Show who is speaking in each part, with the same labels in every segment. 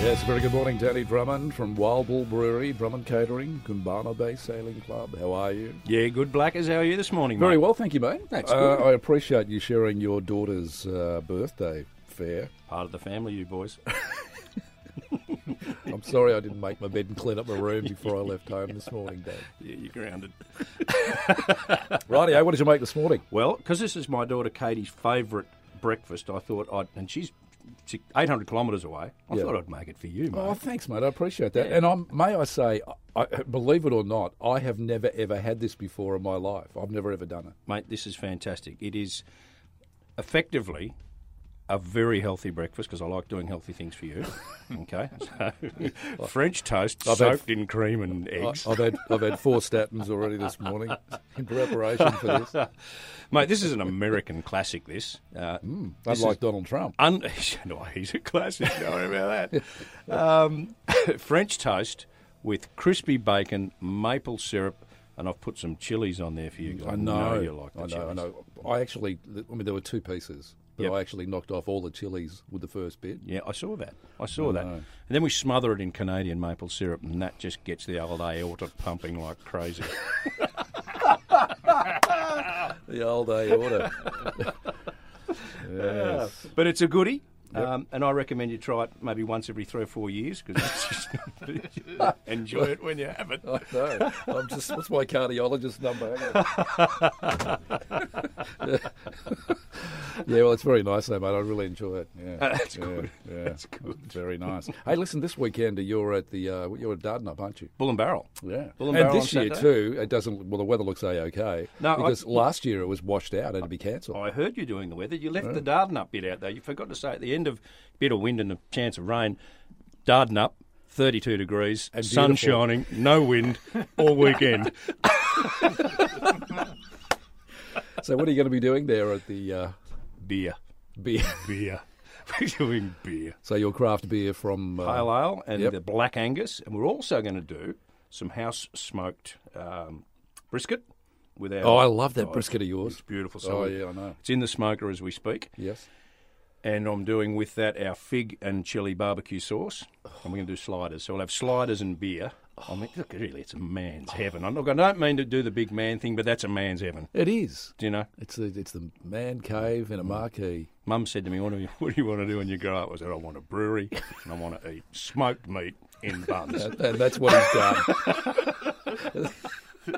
Speaker 1: Yes, very good morning, Danny Drummond from Wild Bull Brewery, Drummond Catering, Kumbana Bay Sailing Club. How are you?
Speaker 2: Yeah, good blackers. How are you this morning,
Speaker 1: Very
Speaker 2: mate?
Speaker 1: well, thank you, mate.
Speaker 2: That's
Speaker 1: uh,
Speaker 2: good.
Speaker 1: I appreciate you sharing your daughter's uh, birthday fair.
Speaker 2: Part of the family, you boys.
Speaker 1: I'm sorry I didn't make my bed and clean up my room before I left home this morning, Dad.
Speaker 2: yeah, you're grounded.
Speaker 1: Rightio, what did you make this morning?
Speaker 2: Well, because this is my daughter Katie's favourite breakfast, I thought I'd, and she's si- 800 kilometres away. I
Speaker 1: Yeah.
Speaker 2: thought I'd make it for you, mate.
Speaker 1: Oh, thanks, mate. I appreciate that. And I'm, may I say, I, I- believe it or not, I have never ever had this before in my life. I've never ever done it.
Speaker 2: Mate, this is fantastic. It is effectively a very healthy breakfast because I like doing healthy things for you. okay, so French toast
Speaker 1: had-
Speaker 2: soaked in cream and eggs.
Speaker 1: I, I've had I've had four statins already this morning in preparation for this.
Speaker 2: Mate, this is an American classic. This uh,
Speaker 1: Hmm? Unlike Donald Trump.
Speaker 2: Un- no, he's a classic. Don't worry about that. Um, French toast with crispy bacon, maple syrup, and I've put some chilies on there for you. 'cause I you like the
Speaker 1: I know,
Speaker 2: chilies.
Speaker 1: I know. I actually, I mean, there were two pieces, but
Speaker 2: Yep.
Speaker 1: I actually knocked off all the chilies with the first bit.
Speaker 2: Yeah, I saw that. I saw that. And then we smother it in Canadian maple syrup, and that just gets the old aorta pumping like crazy.
Speaker 1: The old aorta. yes.
Speaker 2: but it's a goodie. Um, and I recommend you try it maybe once every three or four years because enjoy it when you have it.
Speaker 1: I know. I'm just, what's my cardiologist number? Hang on. yeah, well, it's very nice, though, mate. I really enjoy it. Yeah.
Speaker 2: That's
Speaker 1: yeah,
Speaker 2: good.
Speaker 1: Yeah.
Speaker 2: That's good.
Speaker 1: Very nice. Hey, listen, this weekend you're at the uh, you're at Dardanup, aren't you?
Speaker 2: Bull and barrel.
Speaker 1: Yeah.
Speaker 2: Bull and
Speaker 1: and
Speaker 2: Barrel
Speaker 1: this
Speaker 2: on
Speaker 1: year
Speaker 2: Saturday?
Speaker 1: too, it doesn't. Well, the weather looks a okay.
Speaker 2: No, I-
Speaker 1: because last year it was washed out and had to be cancelled.
Speaker 2: I heard you doing the weather. You left
Speaker 1: Oh.
Speaker 2: the Dardanup bit out though. You forgot to say at the end of bit of wind and a chance of rain, Dardanup, 32 degrees,
Speaker 1: And
Speaker 2: sun
Speaker 1: beautiful.
Speaker 2: shining, no wind all weekend.
Speaker 1: So, what are you going to be doing there at the uh,
Speaker 2: beer,
Speaker 1: beer?
Speaker 2: beer. We're doing beer.
Speaker 1: So, your craft beer from uh,
Speaker 2: Pale ale and
Speaker 1: Yep.
Speaker 2: the Black Angus. And we're also going to do some house smoked um, brisket with our.
Speaker 1: Oh, I love that brisket of yours.
Speaker 2: It's beautiful. So
Speaker 1: Oh,
Speaker 2: we-
Speaker 1: yeah, I know.
Speaker 2: It's in the smoker as we speak.
Speaker 1: Yes.
Speaker 2: And I'm doing with that our fig and chili barbecue sauce. And we're going to do sliders. So we'll have sliders and beer. I mean, look, really, it's a man's heaven. I'm not, I don't mean to do the big man thing, but that's a man's heaven.
Speaker 1: It is.
Speaker 2: Do you know?
Speaker 1: It's the it's the man cave in a marquee.
Speaker 2: Mum said to me, what do, you, what do you want to do when you grow up? I said, I want a brewery and I want to eat smoked meat in buns.
Speaker 1: And- and that's what he's done.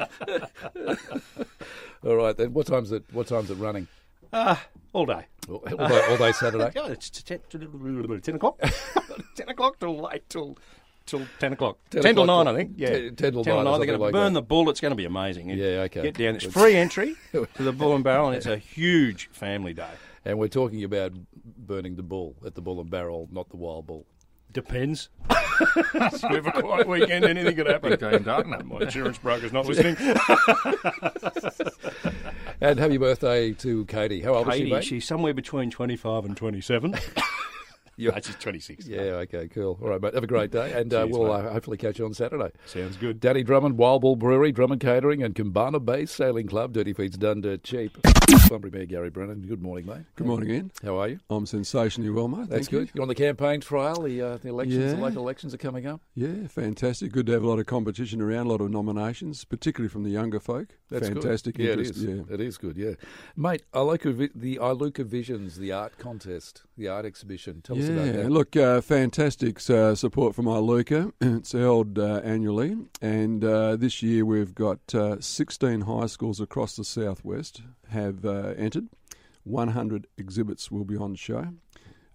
Speaker 1: All right, then. What time's it? What time's it running?
Speaker 2: All day.
Speaker 1: All all day, all day Saturday.
Speaker 2: Yeah, it's t- t- 10 o'clock. 10 o'clock till late, till, till 10 o'clock. 10,
Speaker 1: 10
Speaker 2: till
Speaker 1: o'clock
Speaker 2: 9, I think.
Speaker 1: till-
Speaker 2: Yeah.
Speaker 1: 10 till 9 or
Speaker 2: They're going
Speaker 1: something
Speaker 2: to
Speaker 1: like
Speaker 2: burn
Speaker 1: that.
Speaker 2: the bull. It's going to be amazing.
Speaker 1: Yeah, okay.
Speaker 2: Get down. It's free entry to the Bull and Barrel, and it's a huge family day.
Speaker 1: And we're talking about burning the bull at the bull and barrel, not the wild bull.
Speaker 2: Depends. it's a quiet weekend. Anything could happen. My insurance broker's not listening.
Speaker 1: And happy birthday to Katie. How old is she,
Speaker 2: Katie,
Speaker 1: mate?
Speaker 2: she's somewhere between 25 and 27.
Speaker 1: Yeah.
Speaker 2: No, she's 26.
Speaker 1: Yeah, okay, cool. All right, mate. Have a great day, and uh,
Speaker 2: Cheers,
Speaker 1: we'll
Speaker 2: mate.
Speaker 1: uh, hopefully catch you on Saturday.
Speaker 2: Sounds good.
Speaker 1: Danny Drummond, Wild Bull Brewery, Drummond Catering, and Kumbana Bay Sailing Club. Dirty Feeds done dirt cheap. Bunbury Mayor Gary Brennan. Good morning, mate.
Speaker 3: Good morning, Ian.
Speaker 1: How are you?
Speaker 3: I'm sensationally well, mate.
Speaker 1: That's
Speaker 3: Thank
Speaker 1: good. You're on the campaign trail. The, uh, the elections, the
Speaker 3: Yeah.
Speaker 1: local elections are coming up.
Speaker 3: you. Yeah, fantastic. Good to have a lot of competition around, a lot of nominations, particularly from the younger folk.
Speaker 1: That's good.
Speaker 3: fantastic.
Speaker 1: Yeah,
Speaker 3: interest.
Speaker 1: it is. It is good. Yeah, mate. I like a vi- the Iluka Visions, the art contest, the art exhibition. Tell us about
Speaker 3: Yeah,
Speaker 1: that.
Speaker 3: look, uh, fantastic uh, support from Iluka. It's held uh, annually, and uh, this year we've got uh, 16 high schools across the southwest have uh, entered. 100 exhibits will be on show.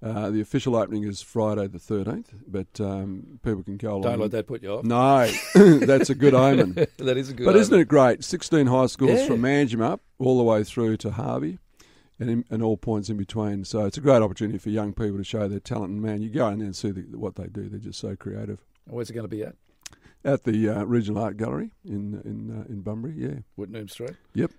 Speaker 3: Uh, the official opening is Friday the 13th, but um, people can go along.
Speaker 1: Don't let that put you off.
Speaker 3: No, that's a good omen.
Speaker 1: That is a good.
Speaker 3: But isn't
Speaker 1: omen.
Speaker 3: it great? 16 high schools
Speaker 1: Yeah.
Speaker 3: from Manjum up all the way through to Harvey and, in, and all points in between. So it's a great opportunity for young people to show their talent. And man, you go in there and see the, what they do. They're just so creative.
Speaker 1: Where's it going to be at?
Speaker 3: At the uh, Regional Art Gallery in in uh, in Bunbury, yeah.
Speaker 1: Whitnoom Street.
Speaker 3: Yep.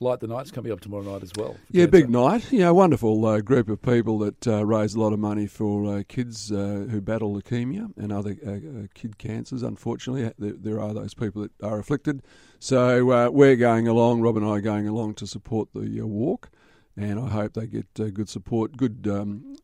Speaker 1: Light the Night's coming up tomorrow night as well.
Speaker 3: Yeah, big night. Yeah, wonderful uh, group of people that uh, raise a lot of money for uh, kids uh, who battle leukemia and other uh, uh, kid cancers. Unfortunately, there, there are those people that are afflicted. So uh, we're going along. Rob and I are going along to support the uh, walk, and I hope they get uh, good support. Good um,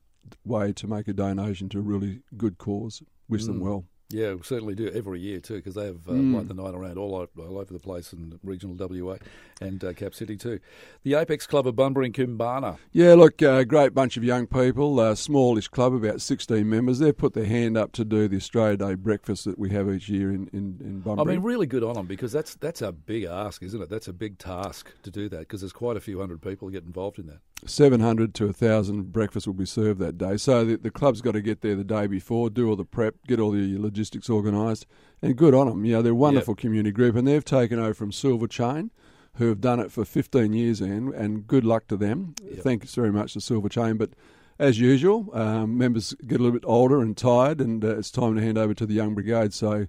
Speaker 3: way to make a donation to a really good cause. wish them well.
Speaker 1: Yeah, we certainly do every year too, because they have uh, like the night around all, o- all over the place in regional WA and uh, Cap City too. The Apex Club of Bunbury and Kumbana.
Speaker 3: Yeah, look, uh, great bunch of young people, uh, smallish club, about 16 members. They've put their hand up to do the Australia Day breakfast that we have each year in, in, in
Speaker 1: I
Speaker 3: Bunbury.
Speaker 1: mean, really good on them because that's that's a big ask, isn't it? That's a big task to do that because there's quite a few hundred people who get involved in that.
Speaker 3: 700 to 1,000 breakfasts will be served that day. So the, the club's got to get there the day before, do all the prep, get all the logistics organised, and good on them. You know, they're a wonderful community group, and they've taken over from Silver Chain, who have done it for 15 years, and, and good luck to them. Thanks very much to Silver Chain. But as usual, um, members get a little bit older and tired, and uh, it's time to hand over to the young brigade. So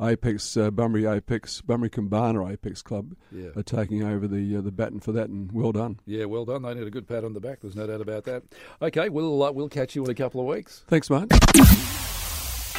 Speaker 3: Apex, uh, Bunbury Apex, Bunbury Kumbana Apex Club
Speaker 1: Yeah.
Speaker 3: are taking over the, uh, the baton for that, and well done.
Speaker 1: Yeah, well done. They need a good pat on the back. There's no doubt about that. Okay, we'll uh, we'll catch you in a couple of weeks.
Speaker 3: Thanks, mate.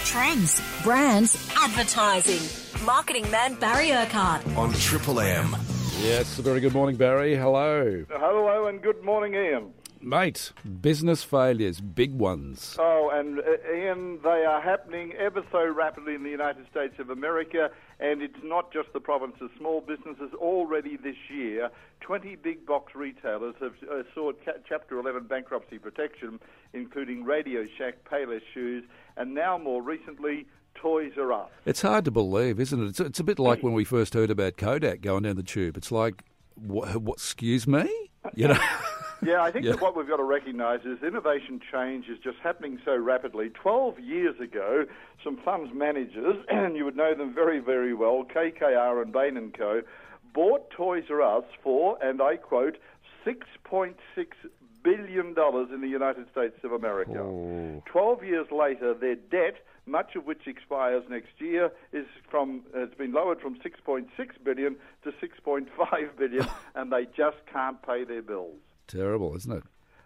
Speaker 4: Trends, brands, advertising. Marketing man Barry Urquhart.
Speaker 5: on Triple M.
Speaker 1: Yes, a very good morning, Barry. Hello,
Speaker 6: Hello and good morning, Ian.
Speaker 1: mate. Business failures, big ones.
Speaker 6: Oh, and uh, Ian, they are happening ever so rapidly in the United States of America, and it's not just the provinces. Small businesses already this year, 20 big box retailers have uh, sought ca- Chapter 11 bankruptcy protection, including Radio Shack, Payless Shoes, and now more recently, Toys R Us.
Speaker 1: It's hard to believe, isn't it? It's, it's a bit like when we first heard about Kodak going down the tube. It's like, what? what excuse me? You know.
Speaker 6: Yeah, I think that what we've got to recognise is innovation change is just happening so rapidly. Twelve years ago, some funds managers, and you would know them very, very well, KKR and Bain and Co, bought Toys R Us for, and I quote, six point six billion dollars in the United States of America. Twelve years later, their debt, much of which expires next year, is from has been lowered from six point six billion to six point five billion, and they just can't pay their bills.
Speaker 1: Terrible, isn't it?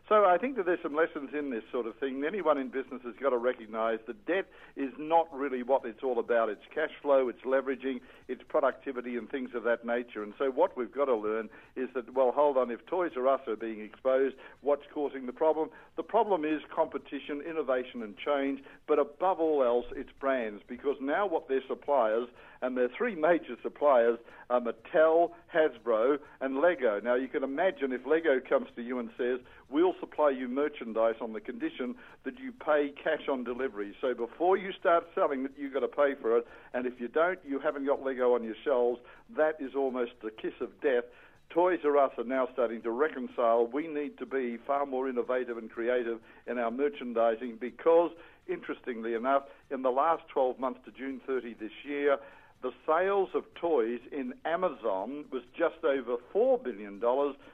Speaker 6: So I think that there's some lessons in this sort of thing. Anyone in business has got to recognise that debt is not really what it's all about. It's cash flow, it's leveraging, it's productivity and things of that nature. And so what we've got to learn is that, well, hold on, if Toys R Us are being exposed, what's causing the problem? The problem is competition, innovation and change, but above all else, it's brands, because now what their suppliers, and their three major suppliers are Mattel, Hasbro and Lego. Now you can imagine if Lego comes to you and says, we'll supply you merchandise on the condition that you pay cash on delivery. So before you start selling it, you've got to pay for it. And if you don't, you haven't got Lego on your shelves. That is almost the kiss of death. Toys R Us are now starting to reconcile. We need to be far more innovative and creative in our merchandising because, interestingly enough, in the last 12 months to June 30 this year, the sales of toys in Amazon was just over $4 billion,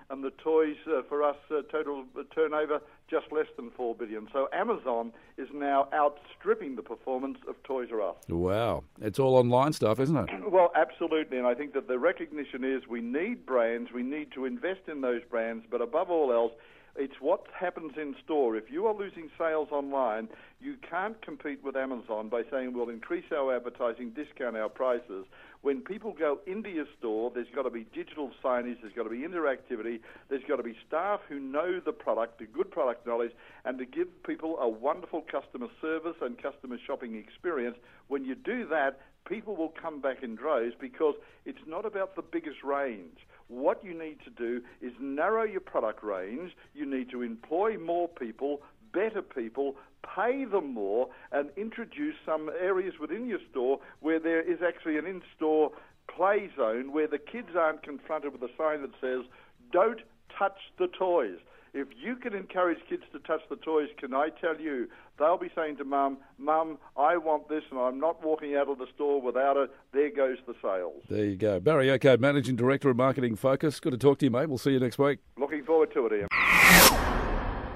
Speaker 6: and the Toys uh, for Us uh, total turnover just less than $4 billion. So Amazon is now outstripping the performance of Toys R Us.
Speaker 1: Wow, it's all online stuff, isn't it?
Speaker 6: Well, absolutely, and I think that the recognition is we need brands, we need to invest in those brands, but above all else, it's what happens in store. If you are losing sales online, you can't compete with Amazon by saying we'll increase our advertising, discount our prices. When people go into your store, there's got to be digital signage, there's got to be interactivity, there's got to be staff who know the product, the good product knowledge, and to give people a wonderful customer service and customer shopping experience. When you do that, people will come back in droves because it's not about the biggest range. What you need to do is narrow your product range. You need to employ more people, better people, pay them more, and introduce some areas within your store where there is actually an in store play zone where the kids aren't confronted with a sign that says, don't touch the toys. If you can encourage kids to touch the toys, can I tell you, they'll be saying to mum, mum, I want this and I'm not walking out of the store without it. There goes the sales.
Speaker 1: There you go, Barry. Okay, managing director of marketing focus. Good to talk to you, mate. We'll see you next week.
Speaker 6: Looking forward to it, Ian.